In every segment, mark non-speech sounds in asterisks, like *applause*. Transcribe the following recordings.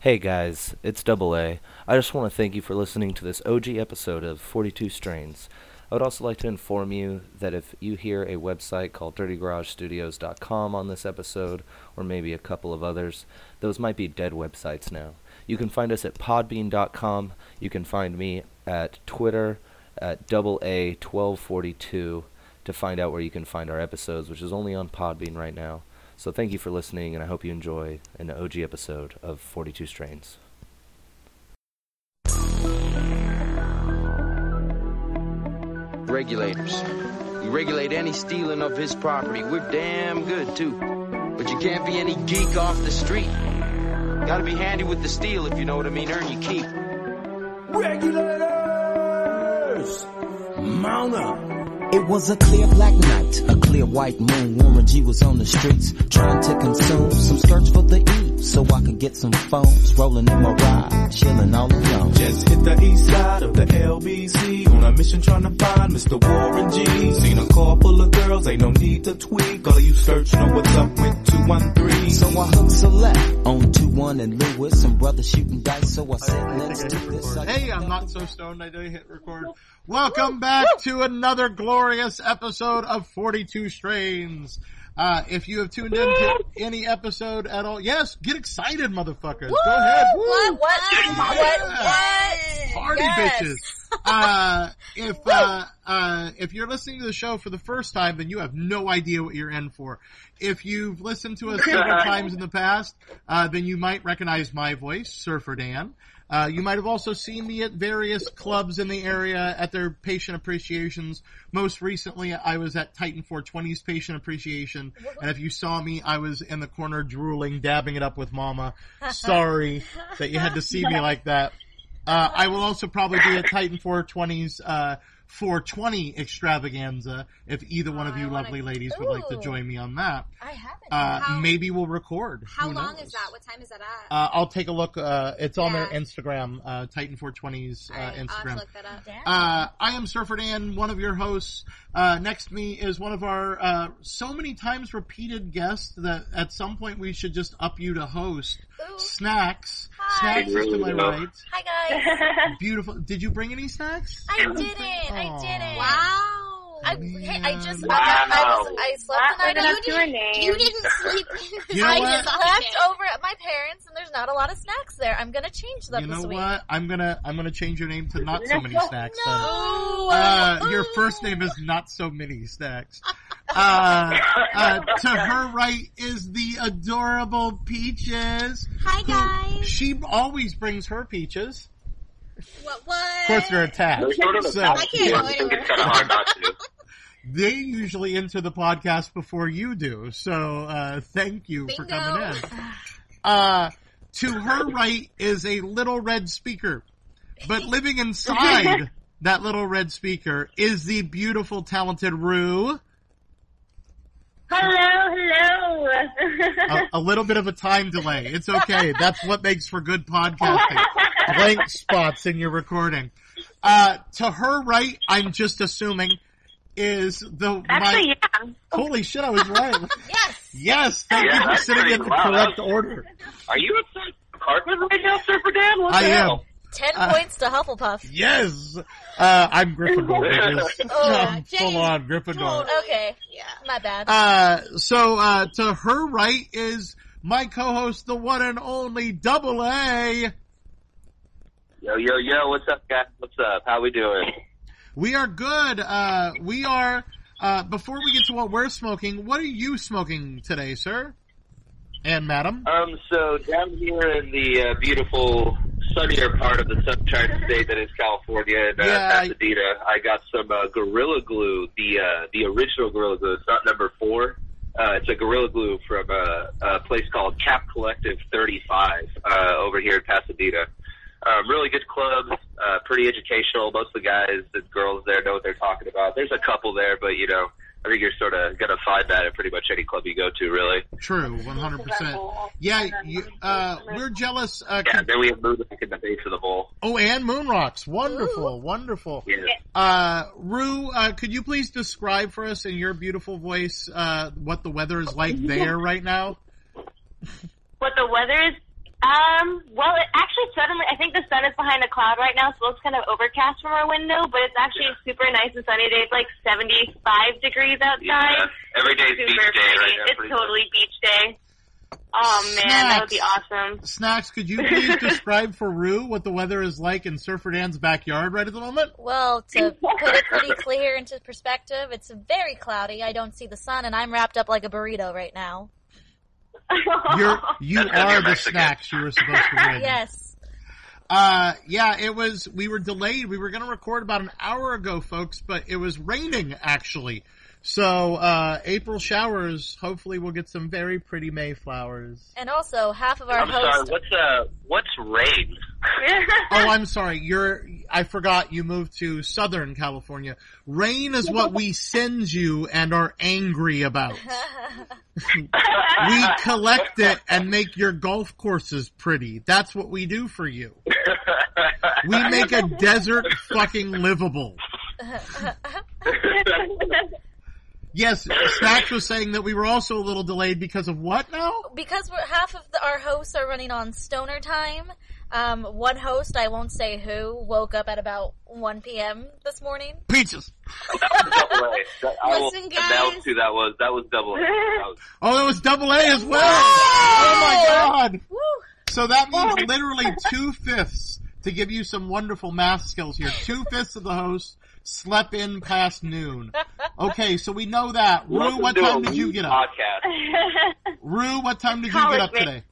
Hey guys, it's Double A. I just want to thank you for listening to this OG episode of 42 Strains. I would also like to inform you that if you hear a website called dirtygaragestudios.com on this episode, or maybe a couple of others, those might be dead websites now. You can find us at podbean.com. You can find me at Twitter at double A 1242 to find out where you can find our episodes, which is only on Podbean right now. So thank you for listening, and I hope you enjoy an OG episode of 42 Strains. regulators. We regulate any stealing of his property. We're damn good too. But you can't be any geek off the street. Gotta be handy with the steel if you know what I mean. Earn your keep. Regulators! Mount up! It was a clear black night, a clear white moon. Warren G was on the streets trying to consume some search for the E so I could get some phones. Rolling in my ride, chilling all alone. Just hit the east side of the LBC on a mission trying to find Mr. Warren G. Seen a car full of girls, ain't no need to tweak. All of you search know what's up with 213. So I hooked select on 2-1 and Lewis, some brothers shooting dice. So I said, let's do this. I- Hey, I'm not so stoned. I didn't hit record. Welcome back to another glorious episode of 42 Strains. Uh, if you have tuned in to any episode at all, yes, get excited, motherfuckers. Go ahead. Woo! What? What? What? What? Party Yes. bitches. Uh, if, uh, uh, if you're listening to the show for the first time, then you have no idea what you're in for. If you've listened to us several times in the past, uh, then you might recognize my voice, Surfer Dan. Uh, you might have also seen me at various clubs in the area at their patient appreciations. Most recently, I was at Titan 420's patient appreciation, and if you saw me, I was in the corner drooling, dabbing it up with Mama. Sorry that you had to see me like that. Uh, I will also probably be at Titan 420's uh, 420 extravaganza if either one of I you wanna- lovely ladies would like to Ooh. join me on that. I haven't. Uh, how, maybe we'll record. How Who long knows? is that? What time is that at? Uh, I'll take a look. Uh, it's on their Yeah. Instagram, uh, Titan 420's uh, All right, I'll have to Instagram. look that up. Uh, I am Surfer Dan, one of your hosts. Uh, next to me is one of our uh, so many times repeated guests that at some point we should just up you to host. Ooh. Snacks. Hi. Snacks is to my right. Hi guys. Beautiful. Did you bring any snacks? *laughs* I didn't. I Aw. didn't. Wow. I, hey, I just I, Wow. I, was, I slept Wow, the night look at out. up to her name. you didn't sleep. *laughs* in You know I what? just left over at my parents, and there's not a lot of snacks there. I'm gonna change them You know this week. what? I'm gonna I'm gonna change your name to not so many snacks. then. No. Uh, your first name is not so many snacks. Uh, uh, to her right is the adorable Peaches. Hi guys. She always brings her peaches. What? Of What? course, they're attached. They're sort of So- attached. I can't Yeah, go I think anywhere. it's kind of hard not to. they usually enter the podcast before you do. So uh, thank you for Bingo. coming in. Uh, to her right is a little red speaker, but living *laughs* inside that little red speaker is the beautiful, talented Rue. Hello, A, *laughs* hello. a little bit of a time delay. It's okay. That's what makes for good podcasting. Blank spots in your recording. Uh, to her right, I'm just assuming is the Actually, my, yeah. holy shit. I was right. Yes. Yes, thank Yeah, you for that's sitting in pretty the loud. correct order. Are you upset? Cartman right now, Surfer Dan? What the I am. hell? Ten Uh, points *laughs* to Hufflepuff. Yes, uh, I'm Gryffindor. bitches. Oh, I'm James, full on Gryffindor. Okay. Yeah. My bad. Uh, so uh, to her right is my co-host, the one and only Double A. Yo, yo, yo, what's up, guys? What's up? How we doing? We are good. Uh, we are. Uh, before we get to what we're smoking, what are you smoking today, sir and madam? Um, so down here in the uh, beautiful, sunnier part of the sunshine state that is California, in, uh, Yeah, I- Pasadena, I got some uh, Gorilla Glue, the uh, the original Gorilla Glue. It's not number four. Uh, it's a Gorilla Glue from a, a place called Cap Collective 35 uh, over here in Pasadena. Um, really good club, uh, pretty educational. Most of the guys and girls there know what they're talking about. There's a couple there, but you know, I think you're sort of gonna find that at pretty much any club you go to, really. True, one hundred percent. *laughs* Yeah, you, uh, we're jealous. Uh, Yeah, then we have moved back in the base of the bowl. oh, and moon rocks. Wonderful, wonderful. Yeah. Uh, Rue, uh, could you please describe for us in your beautiful voice uh, what the weather is like there right now? What the weather is Um, well, it actually suddenly, I think the sun is behind a cloud right now, so it looks kind of overcast from our window, but it's actually a super nice and sunny day. It's like 75 degrees outside. Yeah. Every day's super beach day pretty. right now, it's pretty totally beach day. Oh man, that would be Snacks. awesome. *laughs* Snacks, could you please describe for Rue what the weather is like in Surfer Dan's backyard right at the moment? Well, *laughs* to put it pretty clear into perspective, it's very cloudy. I don't see the sun, and I'm wrapped up like a burrito right now. *laughs* You're, you That's 'cause are you're the Mexican. snacks you were supposed to win. Yes. Uh, yeah, it was, we were delayed. We were going to record about an hour ago, folks, but it was raining actually. So, uh, April showers, hopefully we'll get some very pretty Mayflowers. And also, half of our I'm sorry. hosts. What's uh what's rain? Oh, I'm sorry. You're, I forgot you moved to Southern California. Rain is what we send you and are angry about. we collect it and make your golf courses pretty. That's what we do for you. We make a desert fucking livable. Yes, Snacks was saying that we were also a little delayed because of what now? because we're, half of the, our hosts are running on stoner time, um, one host, I won't say who, woke up at about 1 p.m. this morning. Peaches. double A. *laughs* That, I will, Listen, That was guys. who that was. That was double A. That was- Oh, it was double A as well. Oh my god. Woo! So that means literally two fifths to give you some wonderful math skills here. Two fifths of the hosts slept in past noon. Okay, so we know that. Rue, Welcome what to time a did you weed get up? Podcast. *laughs* Rue, what time did you get up today?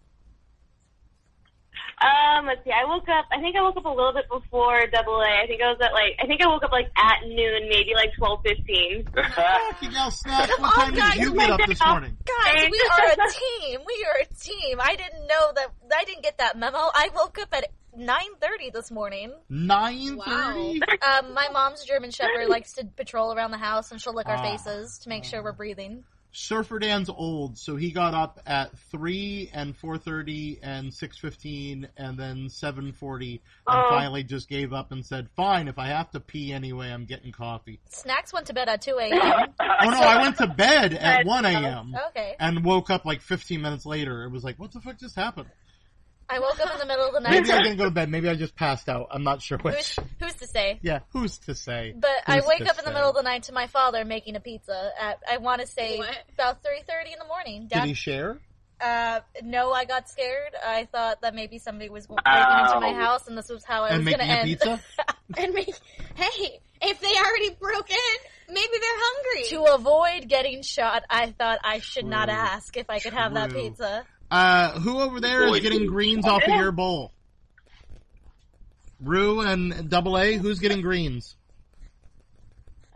um, let's see. I woke up. I think I woke up a little bit before Double A. I think I was at like. I think I woke up like at noon, maybe like twelve fifteen. Fucking hell, Snacks, what time did Oh, you get up this morning? Guys, we are a team. We are a team. I didn't know that. I didn't get that memo. I woke up at 9.30 this morning. 9.30? Um, my mom's German Shepherd likes to patrol around the house, and she'll lick Ah. our faces to make sure we're breathing. Surfer Dan's old, so he got up at 3 and 4.30 and 6.15 and then 7.40 and finally just gave up and said, fine, if I have to pee anyway, I'm getting coffee. Snacks went to bed at 2 a.m. *laughs* Oh no, I *laughs* went to bed at 1 a.m. "Oh, Okay. and woke up like 15 minutes later. It was like, what the fuck just *laughs* happened? I woke up in the middle of the night. Maybe I didn't go to bed. Maybe I just passed out. I'm not sure Who's, which. who's to say? Yeah, who's to say? But I Who's wake to up in the say? middle of the night to my father making a pizza at I want to say What? about three thirty in the morning. Did Dad, he share? uh, no, I got scared. I thought that maybe somebody was breaking into my Ow. house, and this was how I And was going to making a end. *laughs* pizza? And me, hey, if they already broke in, maybe they're hungry. to avoid getting shot, I thought I should not True. ask if I could have that True. pizza. Uh, who over there is Boy, getting dude. greens off *laughs* of your bowl? Rue and Double A, who's getting greens?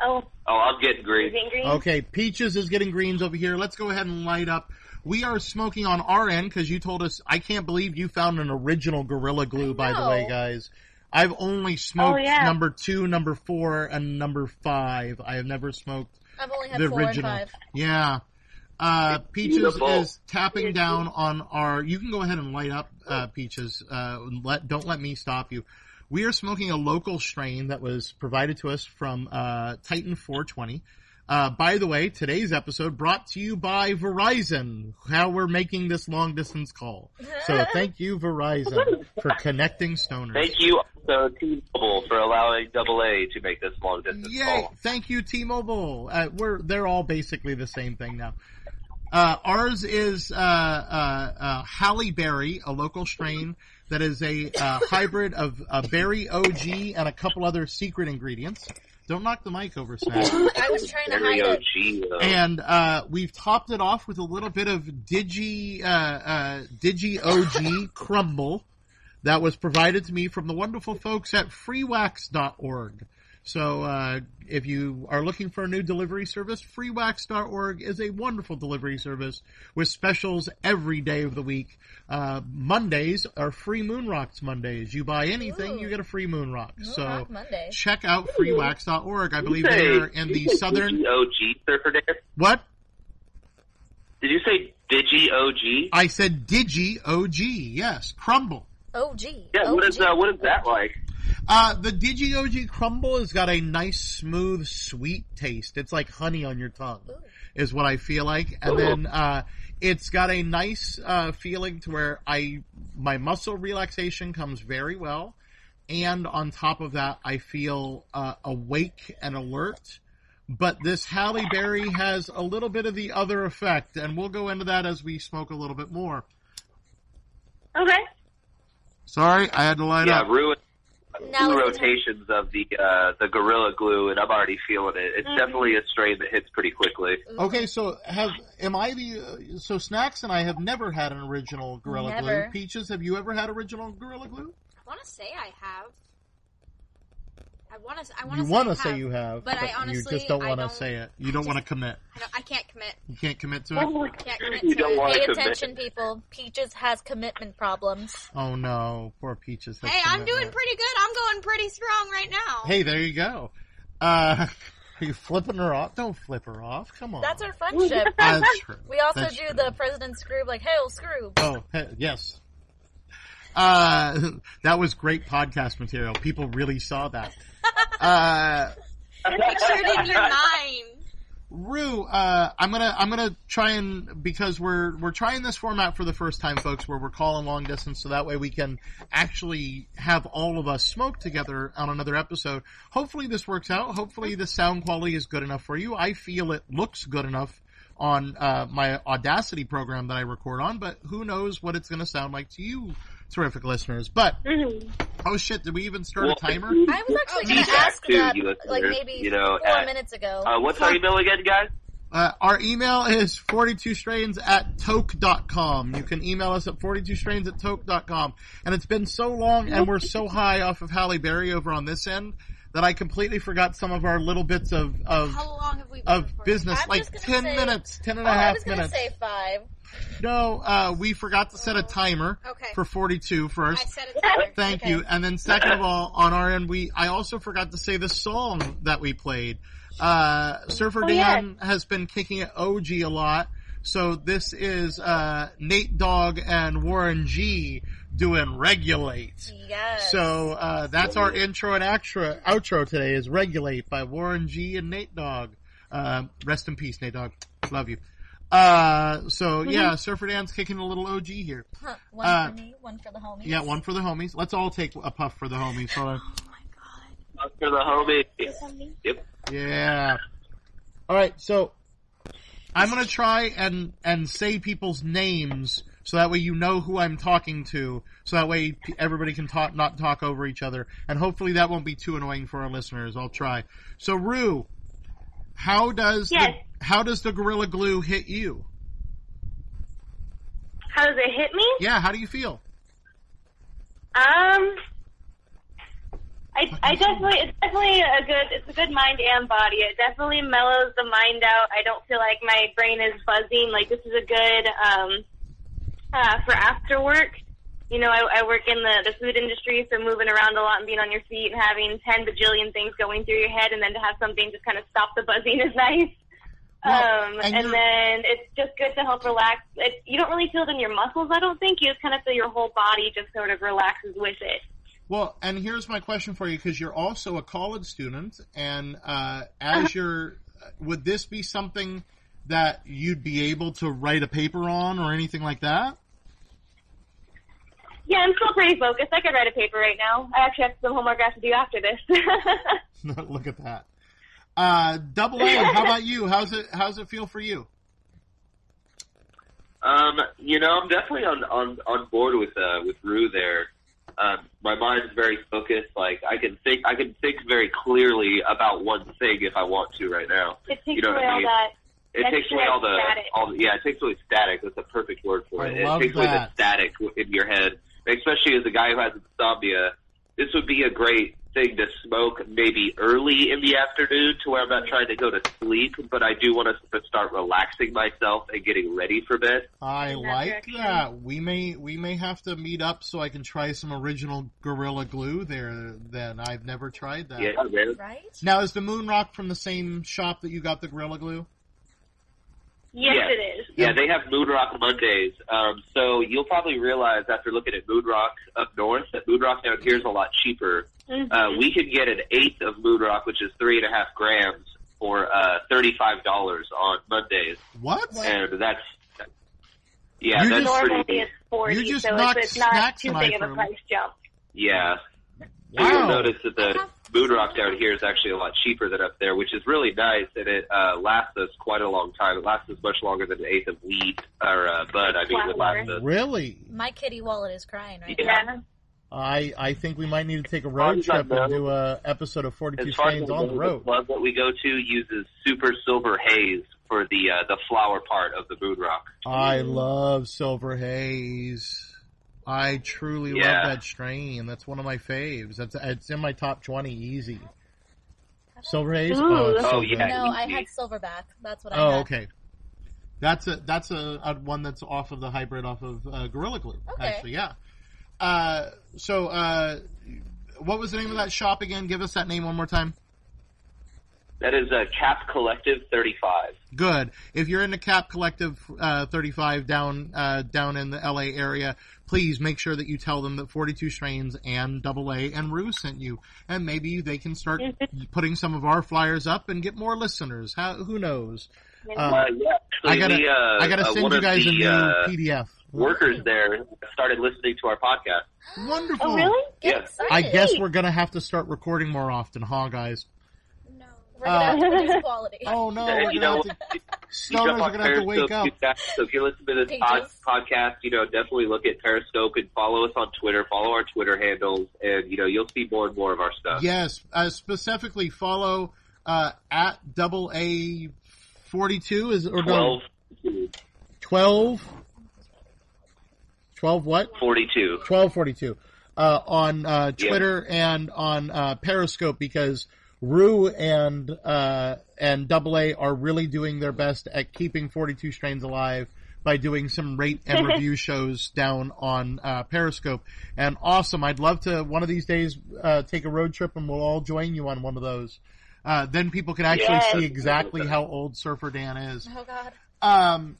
Oh, Oh, I'm getting green. green, green. Okay, Peaches is getting greens over here. Let's go ahead and light up. We are smoking on our end because you told us. I can't believe you found an original Gorilla Glue, by the way, know. guys. I've only smoked Oh, yeah. number two, number four, and number five. I have never smoked I've only had the four original. and five. Yeah. Uh, Peaches beautiful. is tapping down on our. You can go ahead and light up, uh, Peaches. Uh, let don't let me stop you. We are smoking a local strain that was provided to us from uh, Titan 420. Uh, by the way, today's episode brought to you by Verizon. How we're making this long distance call. *laughs* So thank you, Verizon, for connecting stoners. Thank you also Team Double for allowing Double A to make this long distance Yay! call. Thank you, T-Mobile. Uh, we're they're all basically the same thing now. Uh, ours is uh, uh, uh, Halle Berry, a local strain that is a uh, hybrid of a berry OG and a couple other secret ingredients. Don't knock the mic over, Snap. I was trying to There we hide go, it. gee, though. And uh, we've topped it off with a little bit of Digi uh, uh, Digi OG crumble that was provided to me from the wonderful folks at freewax.org. So uh, if you are looking for a new delivery service, freewax.org is a wonderful delivery service with specials every day of the week. Uh, Mondays are free moon rocks Mondays. You buy anything, Ooh. Oh, you get a free moon rock. Moon so Rock Monday. check out freewax.org. I believe Did you they say- are in did the you say southern. Digi OG surfer Dan? What? Did you say Digi OG? I said Digi OG. Yes, Crumble. Oh gee. Yeah. oh, what is gee. uh, what is that like? Uh, the Digi OG Crumble has got a nice, smooth, sweet taste. It's like honey on your tongue. is what I feel like. And then uh, it's got a nice uh, feeling to where I my muscle relaxation comes very well, and on top of that, I feel uh, awake and alert. But this Halle Berry has a little bit of the other effect, and we'll go into that as we smoke a little bit more. Okay. Sorry, I had to line yeah, up. ruin Now it's the time. rotations of the uh, the Gorilla Glue, and I'm already feeling it. It's Mm-hmm. definitely a strain that hits pretty quickly. Okay, so have am I the uh, so snacks and I have never had an original Gorilla Never. Glue. Peaches, have you ever had original Gorilla Glue? I want to say I have. I want to. I want You to. want to say you have, but, I honestly you just don't I want to don't- say it. You don't want to commit. I, don't, I can't commit. You can't commit to Oh. it. Can't *laughs* commit You to don't it. want Pay to commit. attention, people. Peaches has commitment problems. Oh no, poor Peaches. has Hey, I'm doing commitment. pretty good. I'm going pretty strong right now. Hey, there you go. Uh, *laughs* are you flipping her off? Don't flip her off. Come on. That's our friendship. *laughs* That's true. We also That's do true. the President Scroob, like, hail Scroob. Oh he- yes. Uh, *laughs* that was great podcast material. People really *laughs* saw that. Uh, Pictured in *laughs* your mind. Rue, uh, I'm gonna I'm gonna try and because we're we're trying this format for the first time, folks, where we're calling long distance, so that way we can actually have all of us smoke together on another episode. Hopefully, this works out. Hopefully, the sound quality is good enough for you. I feel it looks good enough on uh, my Audacity program that I record on, but who knows what it's gonna sound like to you, terrific listeners. But Mm-hmm. oh shit, did we even start Well, a timer? I was actually you going to ask too, that, you like, listeners, maybe you know, four at- minutes ago. *laughs* Uh, what's our email again, guys? Uh, our email is 42strains at toke.com. You can email us at 42strains at toke.com. And it's been so long and we're so high off of Halle Berry over on this end that I completely forgot some of our little bits of, of, How long have we been of recording? business. I'm like just gonna 10 say- minutes, 10 and oh, a I half was going to minutes. say Oh, five. No, uh, we forgot to set a timer Okay. for 42 first. I said it there. Thank Okay. you. And then second of all, on our end, we I also forgot to say the song that we played. Uh, Surfer Oh, Dan has been kicking at OG a lot, so this is uh, Nate Dogg and Warren G doing "Regulate." Yes. So uh, that's our intro and outro, outro today is "Regulate" by Warren G and Nate Dogg. Um rest in peace, Nate Dogg. Love you. Uh, so Mm-hmm. yeah, Surfer Dan's kicking a little OG here. Huh, one uh, for me, one for the homies. Yeah, one for the homies. Let's all take a puff for the homies. Hold on. Up for the homie. Yep. Yeah. All right, so I'm gonna try and and say people's names so that way you know who I'm talking to. So that way p- everybody can talk, not talk over each other, and hopefully that won't be too annoying for our listeners. I'll try. So Rue, how does Yes. the, how does the gorilla glue hit you? How does it hit me? Yeah, how do you feel? Um, I, I definitely, it's definitely a good, it's a good mind and body. It definitely mellows the mind out. I don't feel like my brain is buzzing. Like this is a good, um, uh, for after work. You know, I, I work in the, the food industry, so moving around a lot and being on your feet and having 10 bajillion things going through your head and then to have something just kind of stop the buzzing *laughs* is nice. Well, um, and and, you're- then it's just good to help relax. It, you don't really feel it in your muscles, I don't think. You just kind of feel your whole body just sort of relaxes with it. Well, and here's my question for you because you're also a college student, and uh, as you're, uh, would this be something that you'd be able to write a paper on or anything like that? *laughs* Yeah, I'm still pretty focused. I could write a paper right now. I actually have some homework I have to do after this. *laughs* Look at that. Uh, double A. How about you? How's it? How's it feel for you? Um, you know, I'm definitely on on on board with uh with Rue there. Um, my mind's very focused. Like I can think, I can think very clearly about one thing if I want to right now. it takes You know what away I all mean? that. It That's takes away all the, static. all the, yeah, it takes away static. That's the perfect word for I it. It love takes away the that. static w- in your head, especially as a guy who has insomnia. This would be a great thing to smoke maybe early in the afternoon to where I'm not trying to go to sleep, but I do want to s- start relaxing myself and getting ready for bed. I In that like direction. that. We may we may have to meet up so I can try some original Gorilla Glue there. Then I've never tried that. Yeah, man. Right? Now is the Moon Rock from the same shop that you got the Gorilla Glue? Yes, Yeah. it is. Yeah, they have Moon Rock Mondays. Um, so you'll probably realize after looking at Moon Rock up north that Moon Rock down here is a lot cheaper. Mhm. Mm-hmm. Uh, we could get an eighth of Moon Rock, which is three and a half grams, for uh, $35 on Mondays. What? And that's, yeah, You that's just- pretty, Normally it's forty, You just so knocked it's, it's not snacks too in my big of a room. price jump. yeah. Wow. You'll notice that the Boon Rock down here is actually a lot cheaper than up there, which is really nice, and it uh, lasts us quite a long time. It lasts us much longer than an eighth of weed or uh, bud. I mean, it lasts us. Really? My kitty wallet is crying right now. Yeah. I I think we might need to take a road As far as I trip and know- do a episode of Forty Two As far as Strains on the road. club that we go to uses super silver haze for the uh, the flower part of the Boon Rock. I love Silver Haze. I truly Yeah. love that strain. That's one of my faves. That's it's in my top twenty easy. Silver Haze. Oh, it's so Oh, yeah. good. No, I had silverback. That's what I Oh, had. okay. That's a that's a, a one that's off of the hybrid off of uh, Gorilla Glue. Okay. Actually, yeah. Uh, so, uh, what was the name of that shop again? Give us that name one more time. That is uh, Cap Collective 35. Good. If you're in the Cap Collective uh, 35 down uh, down in the LA area, please make sure that you tell them that 42 Strains and Double A and Rue sent you, and maybe they can start Mm-hmm. putting some of our flyers up and get more listeners. How, who knows? Uh, Uh, yeah, actually, I gotta we, uh, I gotta uh, send one you of guys the, a new uh, PDF. workers there started listening to our podcast. Wonderful. Oh, really? Get Yeah. excited. I guess we're gonna have to start recording more often, huh, guys? No. We're gonna have to Uh, *laughs* produce quality. Oh no, And we're gonna you know, have to, what? You stoners jump are on gonna have to wake Periscope up. too fast. So if you listen to this pod- Pages. podcast, you know, definitely look at Periscope and follow us on Twitter. Follow our Twitter handles, and you know, you'll see more and more of our stuff. Yes, uh, specifically follow uh, at double A forty two is or Twelve no twelve. 12 what? forty-two. 1242 uh, on uh, Yeah. Twitter and on uh, Periscope because Rue and uh, and Double A are really doing their best at keeping 42 strains alive by doing some rate and review shows down on uh, Periscope. And awesome, I'd love to one of these days uh, take a road trip and we'll all join you on one of those. Uh, then people can actually Yes. see exactly how old Surfer Dan is. Oh, God. Um,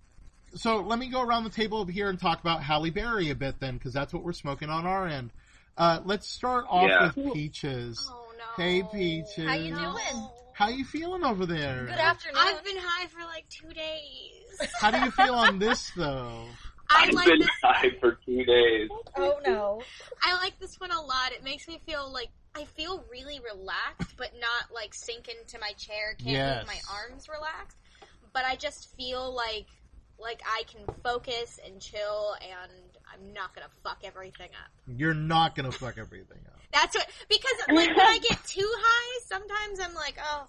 so let me go around the table over here and talk about Halle Berry a bit then, because that's what we're smoking on our end. Uh, let's start off Yeah. with peaches. Oh no. Hey, Peaches. How you No. doing? How you feeling over there? Good afternoon. I've been high for like two *laughs* days. How do you feel on this though? I I've like been this. high for two days. oh, no. *laughs* I like this one a lot. It makes me feel like I feel really relaxed, but not like sink into my chair. Can't Yes. move my arms relaxed, but I just feel like like I can focus and chill, and I'm not gonna fuck everything up. You're not gonna fuck everything up. That's what because *laughs* like when I get too high, sometimes I'm like, oh,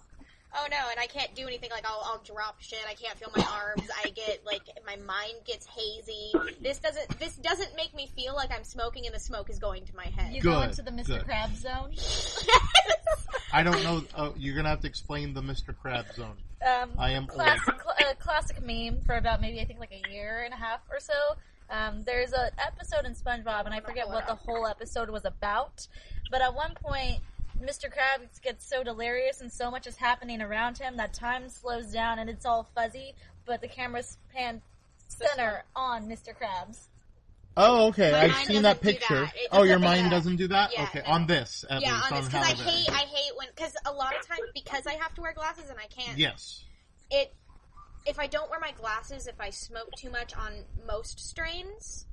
oh no, and I can't do anything. Like I'll, I'll drop shit. I can't feel my arms. I get like my mind gets hazy. This doesn't this doesn't make me feel like I'm smoking, and the smoke is going to my head. You go Good, into the Mr. good. Crab zone. I don't know. Oh, you're gonna have to explain the Mr. Crab Zone. Um, I am classic, cl- uh, classic meme for about maybe I think like a year and a half or so. Um, there's an episode in SpongeBob, and I forget what the whole episode was about. But at one point, Mr. Krabs gets so delirious, and so much is happening around him that time slows down, and it's all fuzzy. But the camera's pan center on Mr. Krabs. Oh, okay. My I've mind seen that doesn't do picture. that. It Oh, your doesn't do mind that. doesn't do that. Yeah, okay, no. on this. At yeah, least, on this because I Halle Berry. hate I hate when because a lot of times because I have to wear glasses and I can't. Yes. it if I don't wear my glasses, if I smoke too much on most strains,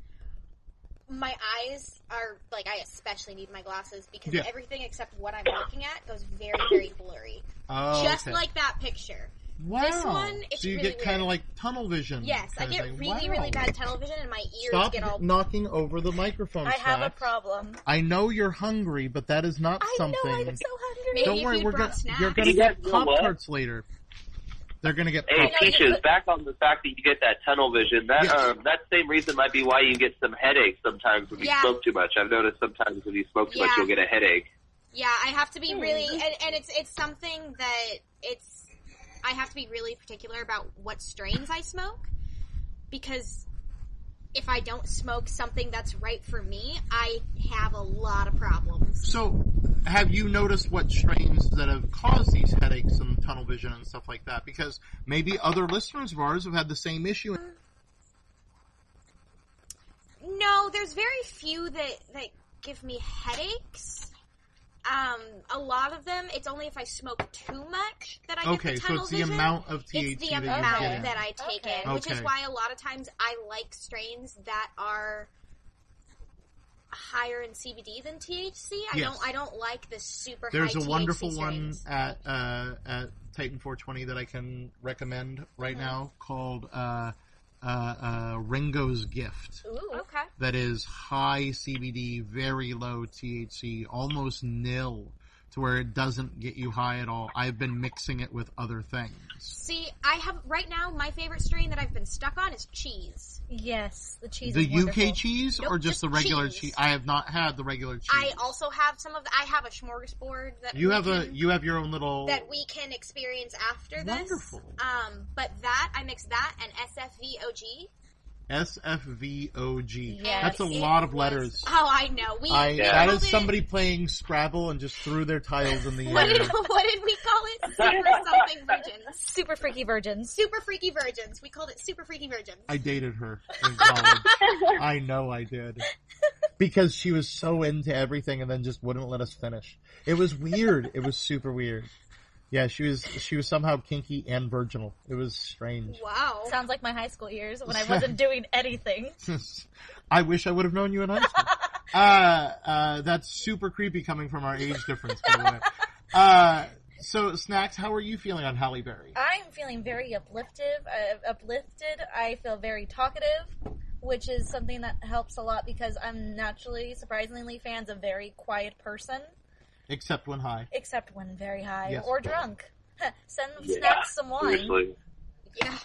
my eyes are like I especially need my glasses because Yeah. everything except what I'm looking at goes very very blurry. Oh, Just okay. like that picture. wow. one, it's so you really get kind of weird. like tunnel vision. Yes, I kinda get thing. really Wow. really bad tunnel vision and my ears Stop get all knocking over the microphone. I have a Slack. problem. I know you're hungry, but that is not I something. know I'm so hungry. Maybe Don't if worry, you'd we're brought gonna snacks. you're gonna You get guys know pop what? tarts later. They're gonna get Hey, pop. Peaches, back on the fact that you get that tunnel vision, that Yes. um, that same reason might be why you get some headaches sometimes when you Yeah. smoke too much. I've noticed sometimes when you smoke too much, Yeah. you'll get a headache. Yeah, I have to be really, and, and it's it's something that it's. I have to be really particular about what strains I smoke because if I don't smoke something that's right for me, I have a lot of problems. So, have you noticed what strains that have caused these headaches and tunnel vision and stuff like that? Because maybe other listeners of ours have had the same issue. No, there's very few that that give me headaches. Um, a lot of them, it's only if I smoke too much that I get Okay, the so tunnel it's the vision. amount of THC it's the that amount you're getting. that I take Okay. in, which is Okay. why a lot of times I like strains that are higher in CBD than THC. I Yes. don't I don't like the super. There's high a THC wonderful one strains. at uh, at Titan 420 that I can recommend right Mm-hmm. now called uh, uh, uh, Ringo's Gift. Ooh. Okay. That is high CBD, very low THC, almost nil, to where it doesn't get you high at all. I've been mixing it with other things. See, I have right now my favorite strain that I've been stuck on is cheese. Yes, the cheese. the is UK wonderful. cheese Nope, or just, just the regular cheese. cheese? I have not had the regular cheese. I also have some of. The, I have a smorgasbord that you we have a can- you have your own little that we can experience after this. Wonderful. Um, but *laughs* that I mix that and SFVOG. SFVOG. Yes. That's a It lot of was- letters. Oh, I know. We I we that called is it- somebody playing Scrabble and just threw their tiles in the What did, air. what did we call it? Super something virgins. *laughs* Super freaky virgins. Super freaky virgins. We called it super freaky virgins. I dated her in college. I know I did. Because she was so into everything and then just wouldn't let us finish. It was weird. It was super weird. Yeah, she was she was somehow kinky and virginal. It was strange. *laughs* wow. Sounds like my high school years when I wasn't doing anything. I wish I would have known you in high school. Uh, uh, that's super creepy coming from our age difference, by the way. Uh, so, Snacks, how are you feeling on Halle Berry? I'm feeling very uplifted. Uh, uplifted. I feel very talkative, which is something that helps a lot because I'm naturally, surprisingly, fans a very quiet person, Except when high. except when very high Yes. or drunk. *laughs* Send them Yeah, snacks some wine. Seriously. Yeah.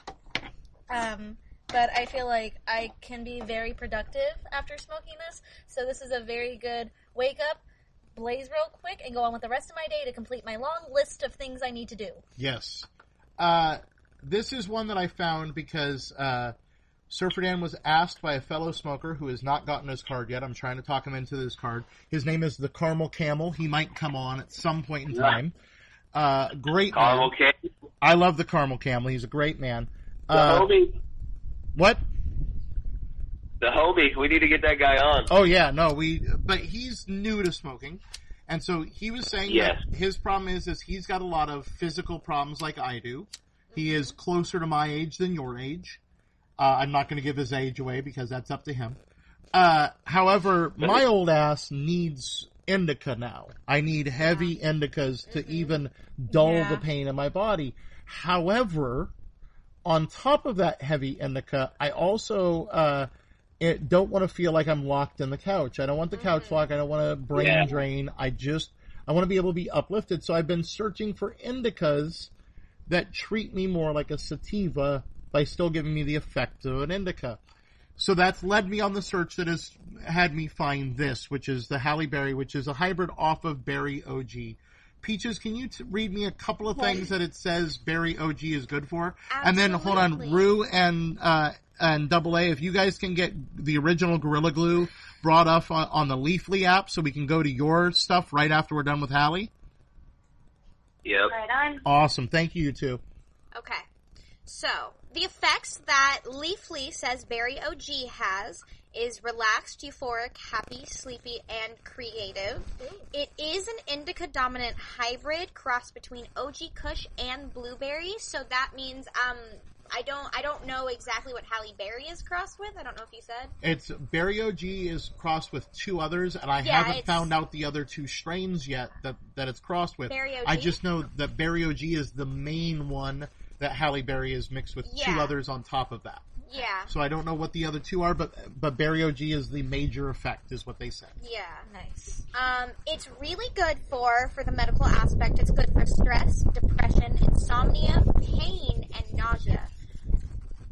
Um, but I feel like I can be very productive after smoking this. So this is a very good wake up, blaze real quick, and go on with the rest of my day to complete my long list of things I need to do. Yes. Uh, this is one that I found because uh, Surfer Dan was asked by a fellow smoker who has not gotten his card yet. I'm trying to talk him into this card. His name is the Caramel Camel. He might come on at some point in time. Uh, great man. Caramel cake. I love the Caramel Camel. He's a great man. The Uh, homie. what? The homie. We need to get that guy on. Oh yeah, no, we. But he's new to smoking, and so he was saying that his problem is is he's got a lot of physical problems like I do. He is closer to my age than your age. Uh, I'm not going to give his age away because that's up to him. Uh, however, my old ass needs indica now. I need heavy indicas to even dull Yeah. the pain in my body. However, on top of that heavy indica, I also uh, it, don't want to feel like I'm locked in the couch. I don't want the couch lock. I don't want to brain Yeah. drain. I just I want to be able to be uplifted. So I've been searching for indicas that treat me more like a sativa by still giving me the effect of an indica. So that's led me on the search that has had me find this, which is the Halle Berry, which is a hybrid off of Berry OG. Peaches, can you t- read me a couple of things that it says Berry OG is good for? And then hold on, Absolutely. Rue and uh, and Double A, if you guys can get the original Gorilla Glue brought up on, on the Leafly app, so we can go to your stuff right after we're done with Halle. Yep. Right on. Awesome, thank you, you two. Okay. So, the effects that Leafly says Barry OG has is relaxed, euphoric, happy, sleepy, and creative. It is an indica dominant hybrid cross between OG Kush and blueberry, so that means um I don't I don't know exactly what Halle Berry is crossed with. I don't know if you said. It's Barry OG is crossed with two others, and I Yeah, haven't it's- found out the other two strains yet that that it's crossed with. Berry OG? I just know that Barry OG is the main one that Halle Berry is mixed with two Yeah. others on top of that. Yeah. So I don't know what the other two are, but but Barry OG is the major effect, is what they said. Yeah. Nice. Um, it's really good for for the medical aspect. It's good for stress, depression, insomnia, pain, and nausea.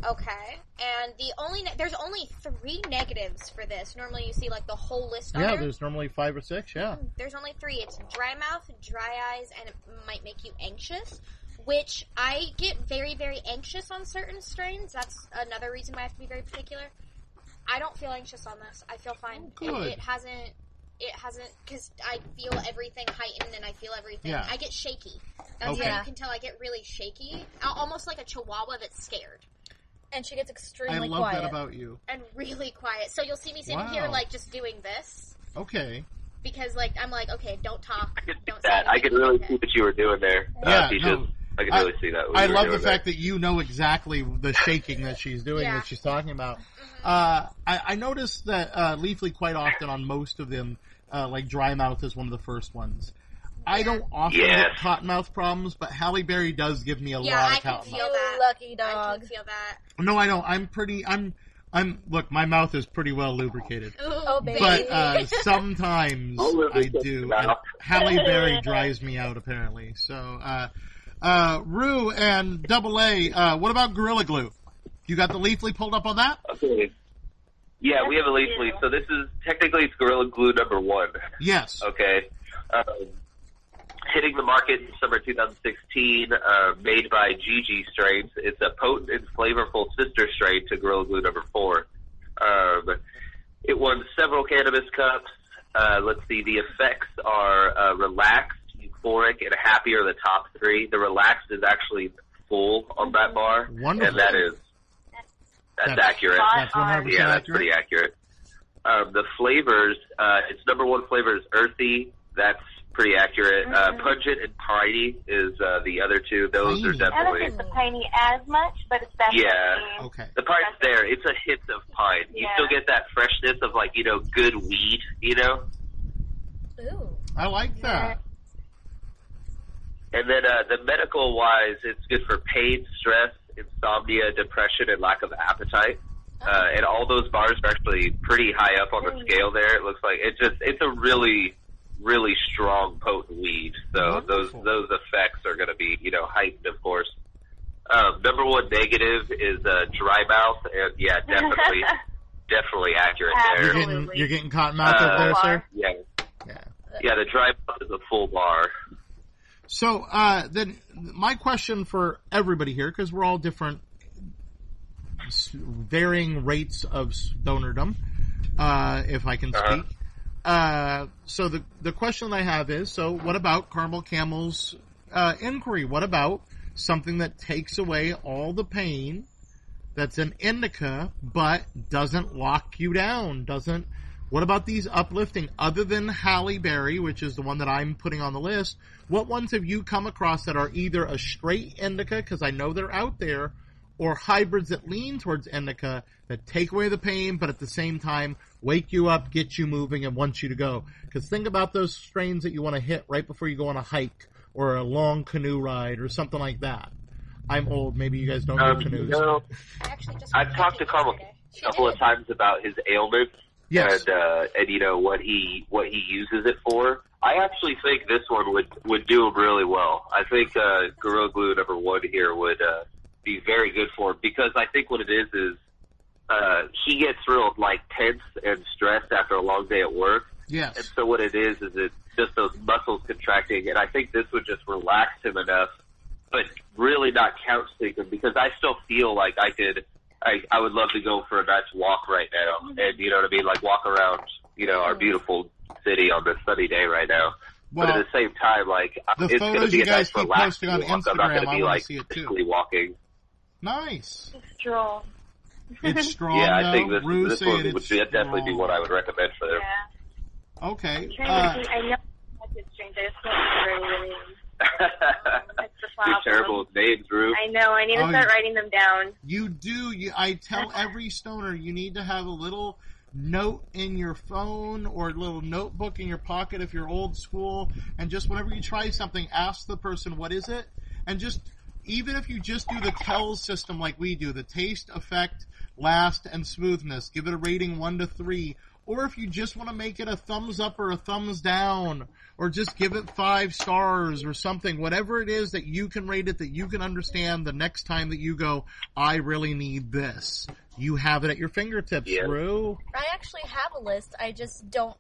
Okay, and the only ne- there's only three negatives for this. Normally, you see like the whole list. on Yeah, there. there's normally five or six. Yeah, There's only three. It's dry mouth, dry eyes, and it might make you anxious. Which I get very, very anxious on certain strains. That's another reason why I have to be very particular. I don't feel anxious on this. I feel fine. Oh, good. It, it hasn't. It hasn't because I feel everything heightened and I feel everything. Yeah. I get shaky. That's Okay. how you can tell I get really shaky, Al- almost like a chihuahua that's scared And she gets I extremely love quiet. that about you. and really quiet. So you'll see me sitting here Wow. like just doing this. Okay, because like I'm like, okay, don't talk, I could see don't say that. I anything could really like see what you were doing there. Yeah, uh, Peaches. no. I could I- really see that. what I you were love doing the fact there. that you know exactly the shaking that she's doing, Yeah. Mm-hmm. that she's talking about. Uh, I, I noticed that uh, Leafly quite often on most of them, uh, like dry mouth is one of the first ones. I don't often Yes. get cottonmouth problems, but Halle Berry does give me a Yeah, lot I of can cottonmouth. feel that. lucky that. I dog. can feel that. No, I don't. I'm pretty. I'm. I'm. Look, my mouth is pretty well lubricated, Ooh, Oh, baby. but uh, sometimes *laughs* I'll live I with this do. now. And Halle *laughs* Berry drives me out apparently. So, uh, uh, Rue and Double A. Uh, what about Gorilla Glue? You got the leafly pulled up on that? Okay. Yeah, we have a leaf leaf. So this is technically it's Gorilla Glue number one. Yes. Okay. Um, hitting the market in summer 2016, uh, made by Gigi Strains. It's a potent and flavorful sister strain to Gorilla Glue number four. Um, it won several cannabis cups. Uh, let's see, the effects are uh, relaxed, euphoric, and happy are the top three. The relaxed is actually full on that bar. Wonderful. And that is, that's, That's- accurate. That's one hundred Yeah, percent that's pretty accurate. accurate. Um, the flavors, uh, its number one flavor is earthy. That's pretty accurate. Uh, pungent and piney is uh, the other two. Those are Piney. I don't definitely think the piney as much, but it's definitely. Yeah. Okay. the pine's there. It's a hint of pine. You Yeah. still get that freshness of like you know good weed. You know, Ooh. I like that. and then uh, the medical wise, it's good for pain, stress, insomnia, depression, and lack of appetite. Oh, Uh, and all those bars are actually pretty high up on the scale there. It looks like it just it's a really really strong potent weed. So Wonderful. those those effects are going to be you know heightened, of course. Um, number one negative is uh, dry mouth, and yeah, definitely definitely accurate You're there. getting Absolutely. you're getting cottonmouth Uh, up there, sir. Yeah, Yeah. yeah, the dry mouth is a full bar. So uh, then, my question for everybody here, because we're all different, s- varying rates of s- donordom, uh, if I can Uh-huh. speak. Uh, so the the question I have is: so what about Carmel Camel's uh, inquiry? What about something that takes away all the pain? That's an indica, but doesn't lock you down. Doesn't. What about these uplifting? Other than Halle Berry, which is the one that I'm putting on the list, what ones have you come across that are either a straight indica, because I know they're out there, or hybrids that lean towards indica that take away the pain, but at the same time wake you up, get you moving, and want you to go. Because think about those strains that you want to hit right before you go on a hike or a long canoe ride or something like that. I'm old. Maybe you guys don't know Um, canoes. no, I actually just. I've talked to Carmel a couple of times about his ailments Yes. and uh, and you know what he what he uses it for. I actually think this one would would do him really well. I think uh, Gorilla Glue number one here would uh, be very good for him because I think what it is is uh, he gets real like tense and stressed after a long day at work, and Yes. so what it is is it's just those muscles contracting, and I think this would just relax him enough, but really not couch sink him because I still feel like I could, I, I would love to go for a nice walk right now, and you know what I mean, like walk around, you know, our beautiful city on this sunny day right now. but Well, at the same time, like the it's going to photos be you a guys nice keep relaxing posting on walk. I'm not Instagram, going I be wanna like see it too. physically walking. nice. Droll. It's *laughs* strong. Yeah, I though. think this uh, Rue this said one would it's uh, be, definitely be strong. what I would recommend for Yeah. them. Uh, Okay. Trying uh, to see, I know that's a strange. I just can't remember really. *laughs* That's the You're problem. terrible with names, Rue. I know. I need to Oh, start yeah. writing them down. You do. You, I tell every stoner you need to have a little note in your phone or a little notebook in your pocket if you're old school, and just whenever you try something, ask the person what is it, and just even if you just do the tell system like we do, the taste, effect, last, and smoothness, give it a rating one to three. Or if you just want to make it a thumbs up or a thumbs down, or just give it five stars or something, whatever it is that you can rate it that you can understand the next time that you go, I really need this. You have it at your fingertips, Yeah. Rue. I actually have a list. I just don't.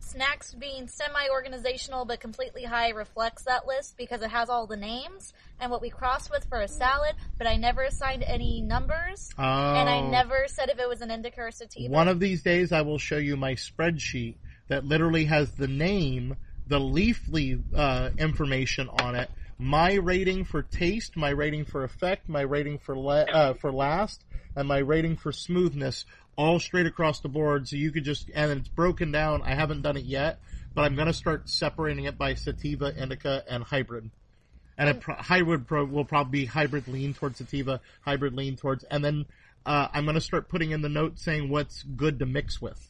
Snacks being semi organizational but completely high reflects that list because it has all the names and what we crossed with for a salad, but I never assigned any numbers. Oh, And I never said if it was an indica or sativa. One of these days, I will show you my spreadsheet that literally has the name, the leafly uh, information on it, my rating for taste, my rating for effect, my rating for la- uh, for last, and my rating for smoothness, all straight across the board. So you could just, and it's broken down. I haven't done it yet, but I'm going to start separating it by sativa, indica, and hybrid. And it pro- hybrid pro- will probably be hybrid lean towards sativa, hybrid lean towards, and then uh, I'm going to start putting in the note saying what's good to mix with.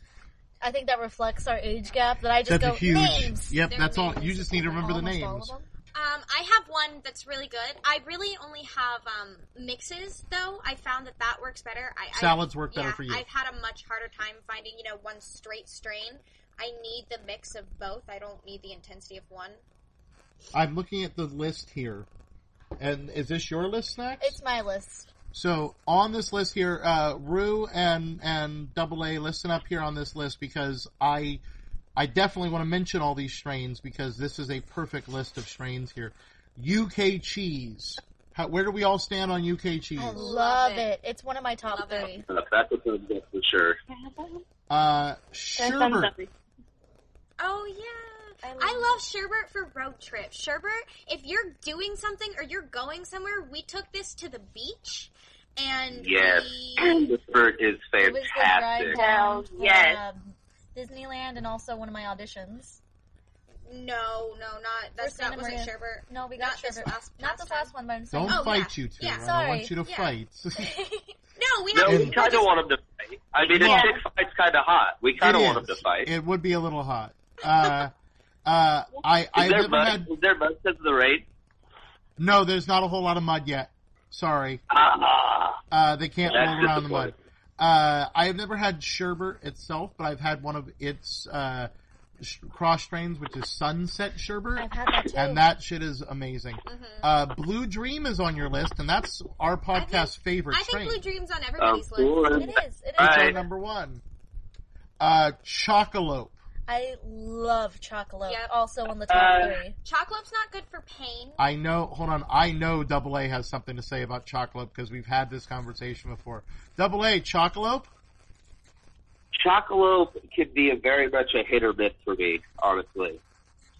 I think that reflects our age gap. That I just That's go a huge. names. Yep, Their that's all. You names. just need to remember the Almost all names. of them. Um, I have one that's really good. I really only have um, mixes though. I found that that works better. I, Salads I, work better yeah, for you. I've had a much harder time finding you know one straight strain. I need the mix of both. I don't need the intensity of one. I'm looking at the list here. And is this your list, Snacks? It's my list. So on this list here, uh, Rue and and Double A, listen up here on this list because I I definitely want to mention all these strains because this is a perfect list of strains here. UK cheese. How, where do we all stand on UK I Oh, cheese? love it. it. It's one of my top Love it. three. Uh, that's a good guess for sure. Uh, That sounds sherbet. lovely. Oh yeah. I I love love, sherbet for road trips. Sherbet, if you're doing something or you're going somewhere, we took this to the beach and Yes. we The spurt is It was the fantastic. ride down Hell, from, yes. um, Disneyland and also one of my auditions. No, no, not that's Santa not wasn't Maria. sherbet. No, we got Not this sherbet. last- Not last this time. last one, but I'm saying Don't Oh, fight yeah. you two. Yeah, I don't want sorry. you to Yeah. *laughs* fight. No, we No, have we kind of want him to fight. I mean, Yeah. a chick fight's kind of hot. We kind of It want him is. to fight. Is It would be a *laughs* little hot. Uh, uh, I I've there never mud? had. Is there mud because of the rain? No, there's not a whole lot of mud yet. Sorry. Ah, Uh, they can't That's roll around the mud. disappointing. Uh, I have never had sherbet itself, but I've had one of its uh, sh- cross strains, which is sunset sherbet, I've had that too. and that shit is amazing. Mm-hmm. Uh, Blue Dream is on your list, and that's our podcast favorite I strain. think Blue Dream's on of everybody's list. course. it is. It is. All It's our right. number one. Uh, Chocolope. I love chocolate. Yep. Also on the top Uh, three. Chocolate's not good for pain. I know. Hold on. I know Double A has something to say about Chocolope because we've had this conversation before. Double A, Chocolope. Chocolope could be a very much a hit or miss for me, honestly.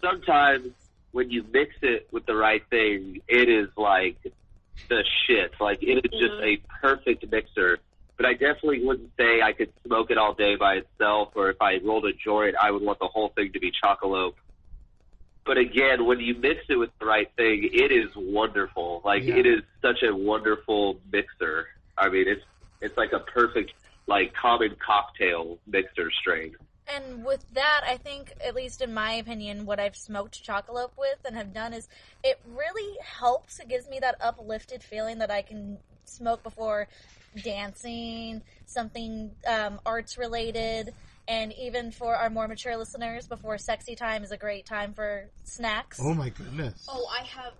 Sometimes when you mix it with the right thing, it is like the shit. Like it is just a perfect mixer. But I definitely wouldn't say I could smoke it all day by itself, or if I rolled a joint, I would want the whole thing to be chocolope. But again, when you mix it with the right thing, it is wonderful. Like Yeah. it is such a wonderful mixer. I mean, it's it's like a perfect like common cocktail mixer strain. And with that, I think, at least in my opinion, what I've smoked chocolate with and have done is it really helps. It gives me that uplifted feeling that I can smoke before dancing, something um, arts related. And even for our more mature listeners, before sexy time is a great time for snacks. Oh my goodness. Oh, I have.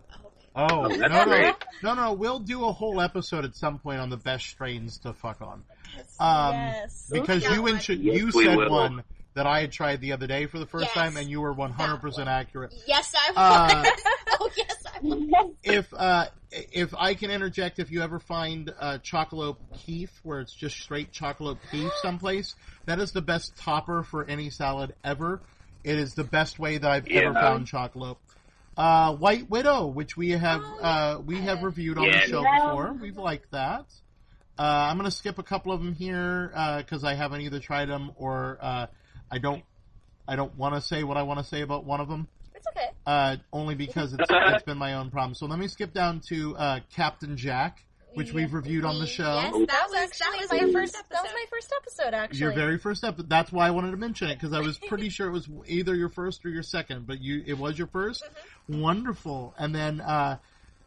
Oh, okay. Oh, that's no, no, great. no, no. We'll do a whole episode at some point on the best strains to fuck on. Yes. Um, yes. Because Yeah, you one. intro- Yes, you we said will. one that I had tried the other day for the first Yes, time, and you were 100% *laughs* accurate. Yes, I was. Uh, *laughs* oh, yes, I was. if uh, if I can interject, if you ever find uh, Chocolope Keef, where it's just straight Chocolope Keef someplace, that is the best topper for any salad ever. It is the best way that I've ever Yeah. found Chocolope. Uh, White Widow, which we have Oh, uh, we have reviewed on Yeah. the show Yeah. before, we've liked that. Uh, I'm gonna skip a couple of them here because I haven't either tried them or uh, I don't I don't want to say what I want to say about one of them It's okay. uh, only because it's, it's been my own problem. So let me skip down to uh, Captain Jack, which we've reviewed on the show. Yes, that was actually That was my my first first. episode. That was my first episode, actually. Your very first episode. That's why I wanted to mention it because I was pretty sure it was either your first or your second, but you it was your 1st Mm-hmm. Wonderful. And then uh,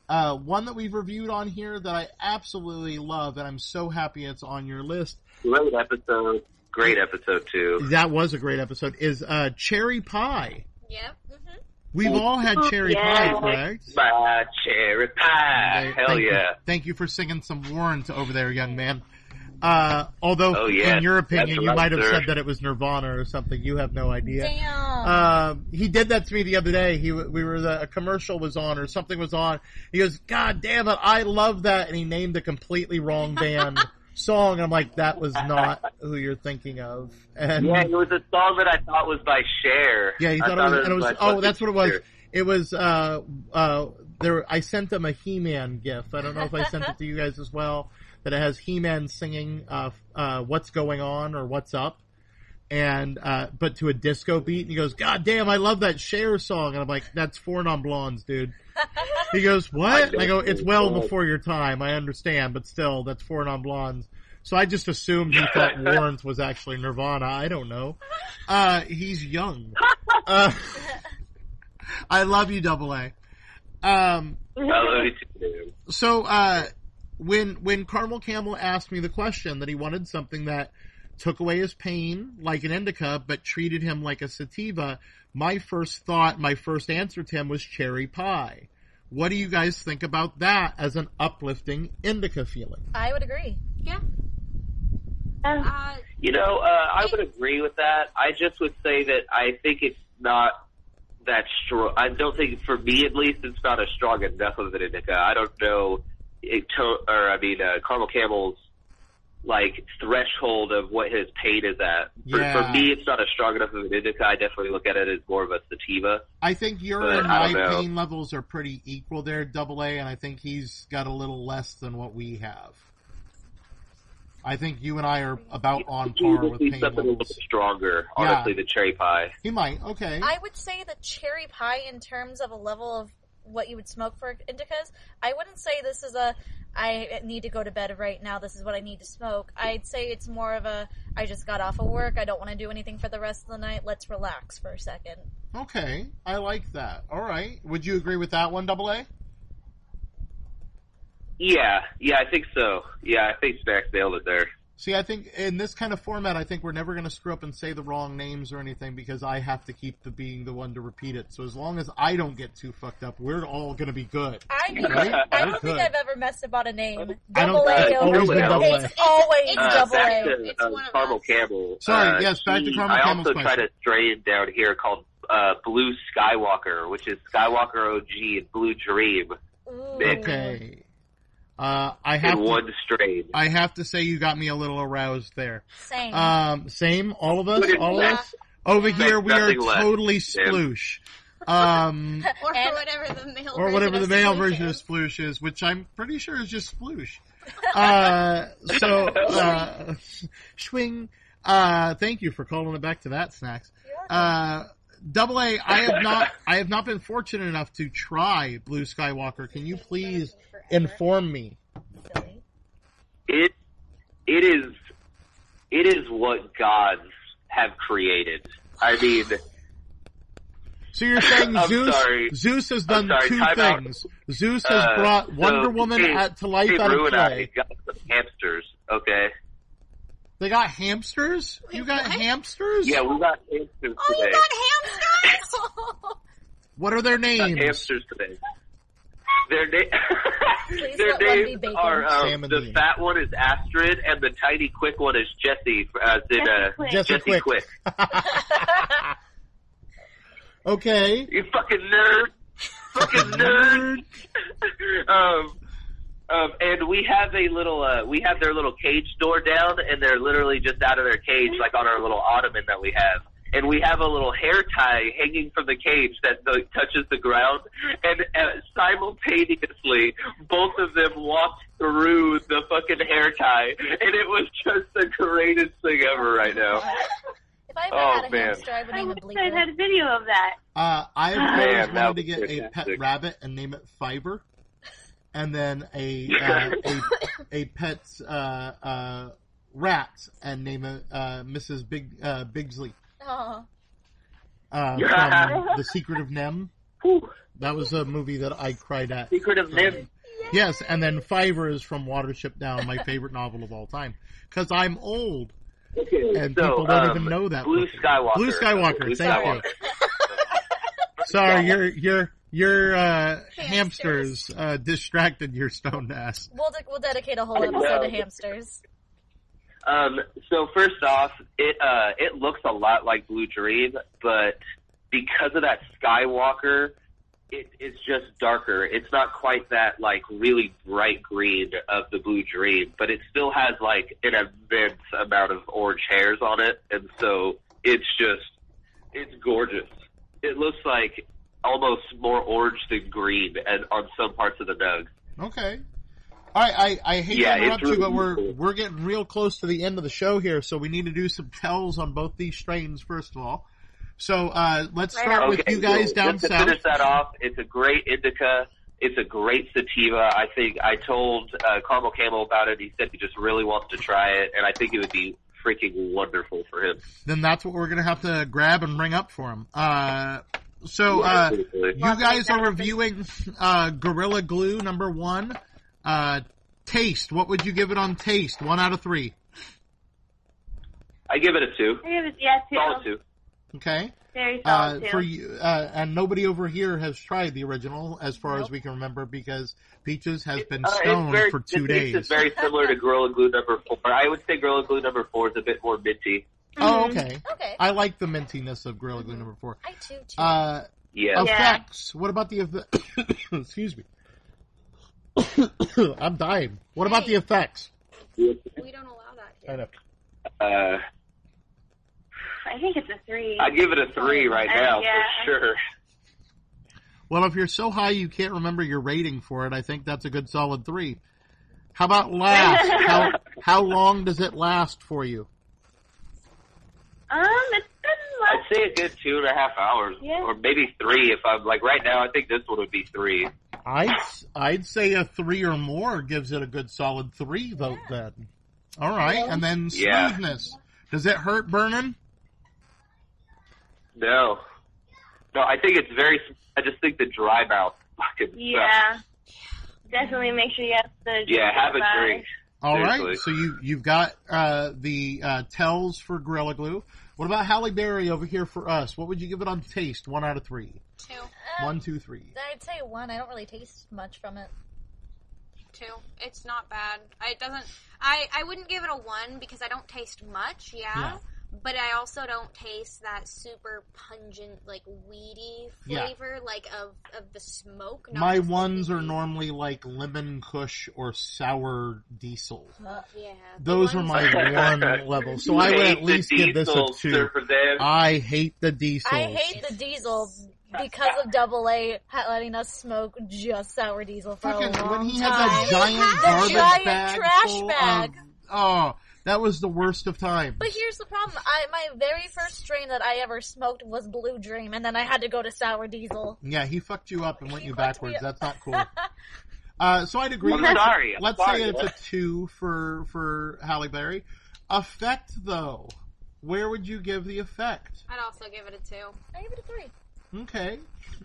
uh, one that we've reviewed on here that I absolutely love, and I'm so happy it's on your list. Great episode. Great episode too. That was a great episode. Is uh, cherry pie. Yep. Mm-hmm. We've all had Oh, cherry Yeah. pie, correct? My cherry pie. Okay, Hell thank you- yeah. thank you for singing some warrant over there, young man. Uh, although, Oh, yes. in your opinion, That's you right, might have sir. said that it was Nirvana or something. You have no idea. Damn. Um, he did that to me the other day. He we were the, a commercial was on or something was on. He goes, "God damn it, I love that," and he named a completely wrong band song. I'm like, "That was not who you're thinking of." And Yeah, it was a song that I thought was by Cher. yeah, he I thought, it was, and it was. by Oh, that's what it was. Cher. It was. Uh, uh, there. I sent them a He-Man gif. I don't know if I sent it to you guys as well. that it has He-Man singing uh, uh, "What's Going On" or "What's Up," and uh, but to a disco beat. And he goes, "God damn, I love that Cher song." And I'm like, "That's Four Non Blondes, dude." He goes, "What?" And I go, "It's well before your time. I understand, but still, that's Four Non Blondes." So I just assumed he thought Warren's was actually Nirvana. I don't know. Uh, he's young. Uh, *laughs* I love you, Double A. Um, I love you too, dude. so uh, when when Carmel Camel asked me the question that he wanted something that took away his pain like an indica but treated him like a sativa, my first thought, my first answer to him was cherry pie. What do you guys think about that as an uplifting indica feeling? I would agree. Yeah. *laughs* Uh, Uh, You know, uh, I would agree with that. I just would say that I think it's not that strong. I don't think, for me at least, it's not as strong enough of an indica. I don't know, it to- or I mean, uh, Carmel Camel's like threshold of what his pain is at. For, Yeah. for me, it's not as strong enough of an indica. I definitely look at it as more of a sativa. I think your Uh, and my I don't know. pain levels are pretty equal there, double A, and I think he's got a little less than what we have. I think you and I are about on par Usually with pain something a little levels. bit stronger, Yeah. honestly, than cherry pie. He might, okay. I would say the cherry pie in terms of a level of what you would smoke for indicas. I wouldn't say this is a I need to go to bed right now. This is what I need to smoke. I'd say it's more of a I just got off of work. I don't want to do anything for the rest of the night. Let's relax for a second. Okay, I like that. All right, would you agree with that one, Double A? Yeah, yeah, I think so. Yeah, I think Snacks nailed it there. See, I think in this kind of format, I think we're never going to screw up and say the wrong names or anything because I have to keep the being the one to repeat it. So as long as I don't get too fucked up, we're all going to be good. I mean, Right? I You're don't think good. I've ever messed about a name. I don't- Double A. it's always been It's double A. always It's- Uh, double back A. to It's uh, one of Carmel us. Campbell. Sorry, uh, yes, back to he- Carmel I Campbell's also question. try to stray it down here called uh, Blue Skywalker, which is Skywalker OG and Blue Dream Ooh. Okay. Uh, I in have to, one strain. I have to say you got me a little aroused there. Same. Um, same, all of us, Look at all of that. us. Over here, we are Nothing left, totally Sam. *laughs* sploosh. Um, or And- whatever the male or whatever the version male Sploosh version of is. sploosh is, which I'm pretty sure is just sploosh. Uh, *laughs* so, uh, swing. Uh, thank you for calling it back to that, snacks. Uh, double A, *laughs* I have not, I have not been fortunate enough to try Blue Skywalker. Can you please inform me? Silly. It it is it is what gods have created. I mean, So you're saying *laughs* I'm Zeus, sorry. Zeus has done sorry, two time out. things. Zeus has uh, brought Wonder so Woman Kate- at, to life Kate out of Ruin and I clay. got some hamsters. Okay, They got hamsters. You got what? hamsters. yeah, we got hamsters Oh, you today. got hamsters? *laughs* What are their Got names? hamsters today. Their, na- let *laughs* their one be names bacon. are um, Sam and the Dean. fat one is Astrid and the tiny quick one is Jesse, as in uh, Jesse Quick. Jesse Jesse Quick. Quick. *laughs* Okay. You fucking nerd, *laughs* fucking nerd. *laughs* um, um, and we have a little, uh, we have their little cage door down, and they're literally just out of their cage, like on our little ottoman that we have. And we have a little hair tie hanging from the cage that the, touches the ground, and uh, simultaneously, both of them walked through the fucking hair tie, and it was just the greatest thing ever right now. If I ever Oh, had a man. hamster, I would I name wish it I Bleeper. had video of that. Uh, I have Man, always that wanted to was get a pet fantastic. rabbit and name it Fiber, and then a uh, a, a pet uh, uh, rat and name it uh, Mrs. Big uh, Bigsley Oh. uh, from *laughs* The Secret of Nem. Whew. That was a movie that I cried at. Secret of Nim. Yes, and then Fiver is from Watership Down, my favorite novel of all time, because I'm old Okay, and so, people don't um, even know that. Blue person. Skywalker. Blue Skywalker. Blue thank Skywalker. you. Sorry, your your your uh, hamsters uh, distracted your stoned ass. We'll, de- we'll dedicate a whole I know. episode to hamsters. Um, so first off, it uh, it looks a lot like Blue Dream, but because of that Skywalker, it, it's just darker. It's not quite that like really bright green of the Blue Dream, but it still has like an immense amount of orange hairs on it, and so it's just it's gorgeous. It looks like almost more orange than green, and on some parts of the nug. Okay. All right, I, I hate Yeah, to interrupt it's you, really but we're useful. we're getting real close to the end of the show here, so we need to do some tells on both these strains first of all. So uh, let's Right start okay, with you guys so down just to south. finish that off, it's a great indica. It's a great sativa. I think I told uh, Carmel Camel about it. He said he just really wants to try it, and I think it would be freaking wonderful for him. Then that's what we're gonna have to grab and bring up for him. Uh, so uh, Absolutely. you guys are reviewing uh, Gorilla Glue number one. Uh, taste. What would you give it on taste? One out of three. I give it a two. I think it was yeah, two. oh, Solid two. Okay. Very Uh, solid two. for you, uh, and nobody over here has tried the original, as far as we can remember, because Peaches has been Uh, stoned very, for the two taste days. is very similar to Gorilla Glue number four. I would say Gorilla Glue number four is a bit more minty. Mm-hmm. oh, okay. Okay. I like the mintiness of Gorilla Glue number four. I too, too. Uh, Yeah. Effects. What about the eff- *coughs* Excuse me. I'm dying. What about Hey. the effects? We don't allow that. Here. I know. Uh, I think it's a three. I give it a three right Uh, now yeah. for sure. Well, if you're so high you can't remember your rating for it, I think that's a good solid three. How about last? how how long does it last for you? Um, it's been I'd less. say a good two and a half hours, Yeah. or maybe three. If I'm like right now, I think this one would be three. I'd I'd say a three or more gives it a good solid three vote then. All right, and then Yeah. smoothness. Does it hurt burning? No, no, I think it's very. I just think the dry mouth fucking sucks. Yeah. Definitely make sure you have the. Yeah, have a bye. drink. All right, Seriously. so you you've got uh, the uh, tells for Gorilla Glue. What about Halle Berry over here for us? What would you give it on taste? One out of three. Two, One, two, three. Uh, I'd say one. I don't really taste much from it. two. It's not bad. I, it doesn't. I I wouldn't give it a one because I don't taste much. Yeah. Yeah. But I also don't taste that super pungent, like weedy Yeah. flavor, like of, of the smoke. not My just the ones are weed. normally like lemon kush or sour diesel. Yeah, the Those are ones- my *laughs* one level. So I would Hate at least the give this a diesel, two. Uh, sir, for them. I hate the diesel. I hate the diesel because of Double A ha- letting us smoke just sour diesel for Fucking a long when he had time. that giant had garbage a giant bag trash full bag. of- oh, that was the worst of times. But here's the problem. I my very first strain that I ever smoked was Blue Dream, and then I had to go to Sour Diesel. Yeah, he fucked you up and went He you fucked me backwards. up. That's not cool. *laughs* Uh, so I'd agree. I'm let's sorry, I'm let's sorry. say it's a two for for Halle Berry. Effect though, where would you give the effect? I'd also give it a two. I give it a three. Okay,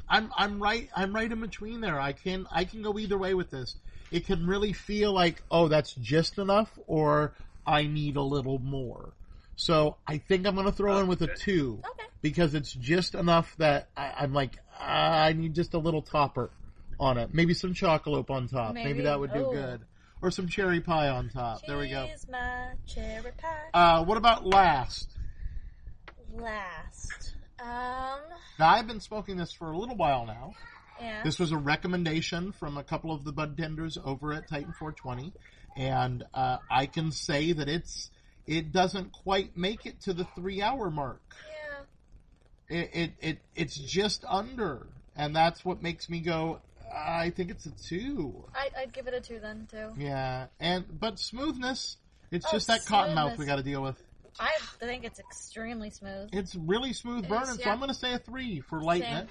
I'm I'm right I'm right in between there. I can I can go either way with this. It can really feel like oh that's just enough, or I need a little more. So I think I'm gonna throw in with a two Okay. because it's just enough that I, I'm like ah, I need just a little topper on it. Maybe some chocolate on top. Maybe, Maybe. that would do Oh. good, or some cherry pie on top. There we go. She's my cherry pie. Uh, what about last? Last. Um. Now I've been smoking this for a little while now. Yeah. This was a recommendation from a couple of the bud tenders over at Titan 420, and uh, I can say that it's it doesn't quite make it to the three hour mark. yeah. It it, it it's just under, and that's what makes me go. I think it's a two. I, I'd give it a two then too. Yeah, and but smoothness. It's Oh, just that cotton mouth we smoothness. got to deal with. I think it's extremely smooth. It's really smooth It burning, is, so yeah. I'm going to say a three for lighting Same. it.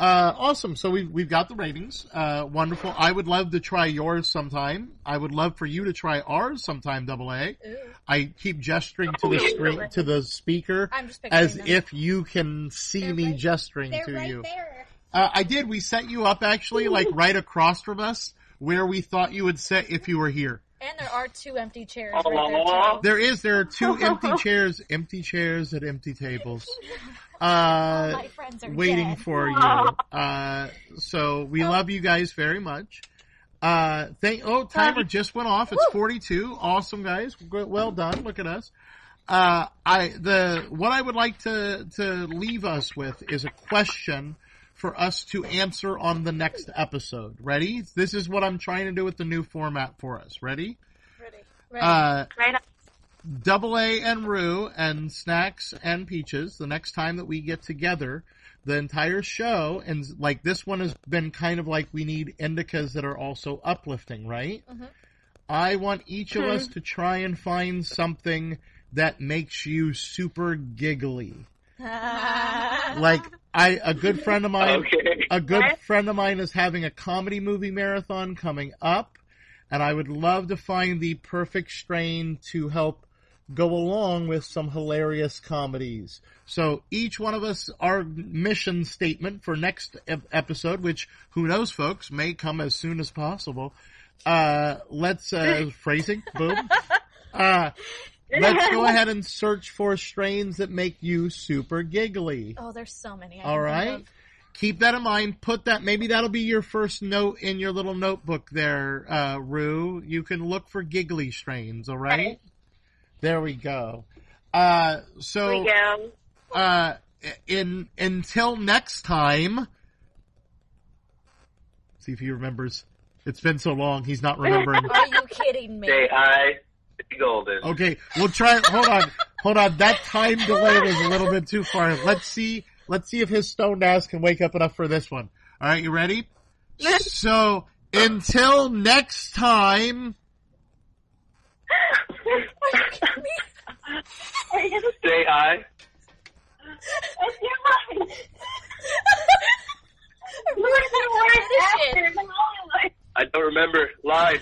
Uh, awesome. So we've, we've got the ratings. Uh, wonderful. I would love to try yours sometime. I would love for you to try ours sometime, double A. Ooh. I keep gesturing to the screen, to the speaker I'm just picturing as them. if you can see They're me right- gesturing They're to right you. there. Uh, I did. We set you up actually like right across from us where we thought you would sit if you were here. And there are two empty chairs Oh, right oh, there too. There is. There are two empty chairs, empty chairs at empty tables. Uh, Oh My friends are *laughs* waiting dead. for you. Uh, so we love you guys very much. Uh, thank. Oh, timer just went off. It's forty-two. Awesome, guys. G- Well done. Look at us. Uh, I the what I would like to to leave us with is a question for us to answer on the next episode. Ready? This is what I'm trying to do with the new format for us. Ready? Right. Uh, Right on. Double A and Rue and Snacks and Peaches, the next time that we get together, the entire show, and like this one has been kind of like we need indicas that are also uplifting, right? I want each of us to try and find something that makes you super giggly. like I, a good friend of mine, Okay. a good What? friend of mine is having a comedy movie marathon coming up, and I would love to find the perfect strain to help go along with some hilarious comedies. So each one of us, our mission statement for next ep- episode, which who knows, folks, may come as soon as possible. Uh, let's uh, phrasing, boom. Uh, let's go ahead and search for strains that make you super giggly. Oh, there's so many. I All can think right. of. Keep that in mind. Put that. Maybe that'll be your first note in your little notebook there, uh, Rue. You can look for giggly strains. All right. There we go. Uh, Here we so go. uh, in until next time. See if he remembers. It's been so long. He's not remembering. Are you kidding me? Say hi, to Golden. Okay, we'll try. Hold on, hold on. That time delay was a little bit too far. Let's see. Let's see if his stoned ass can wake up enough for this one. All right, you ready? So until next time, *laughs* Say hi. It's your line. We're gonna have to finish it. After the Hollywood. I don't remember. Line.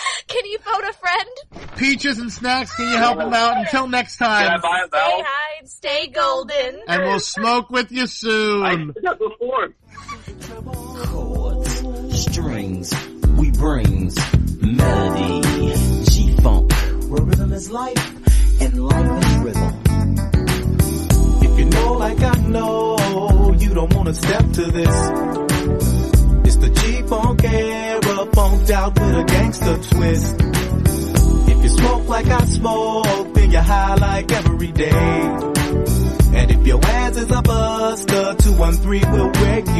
*laughs* Can you phone a friend? peaches and snacks. Can you help him out? Until next Can I time, buy a Say vowel? hi and stay golden. and we'll smoke with you I soon. did that before. chords, strings, we brings melody, G funk, where rhythm is life and life is rhythm. If you know like I know, you don't wanna step to this. It's the G-Funk era, funked out with a gangster twist. If you smoke like I smoke, then you're high like every day. And if your ass is a buster, 213 will wake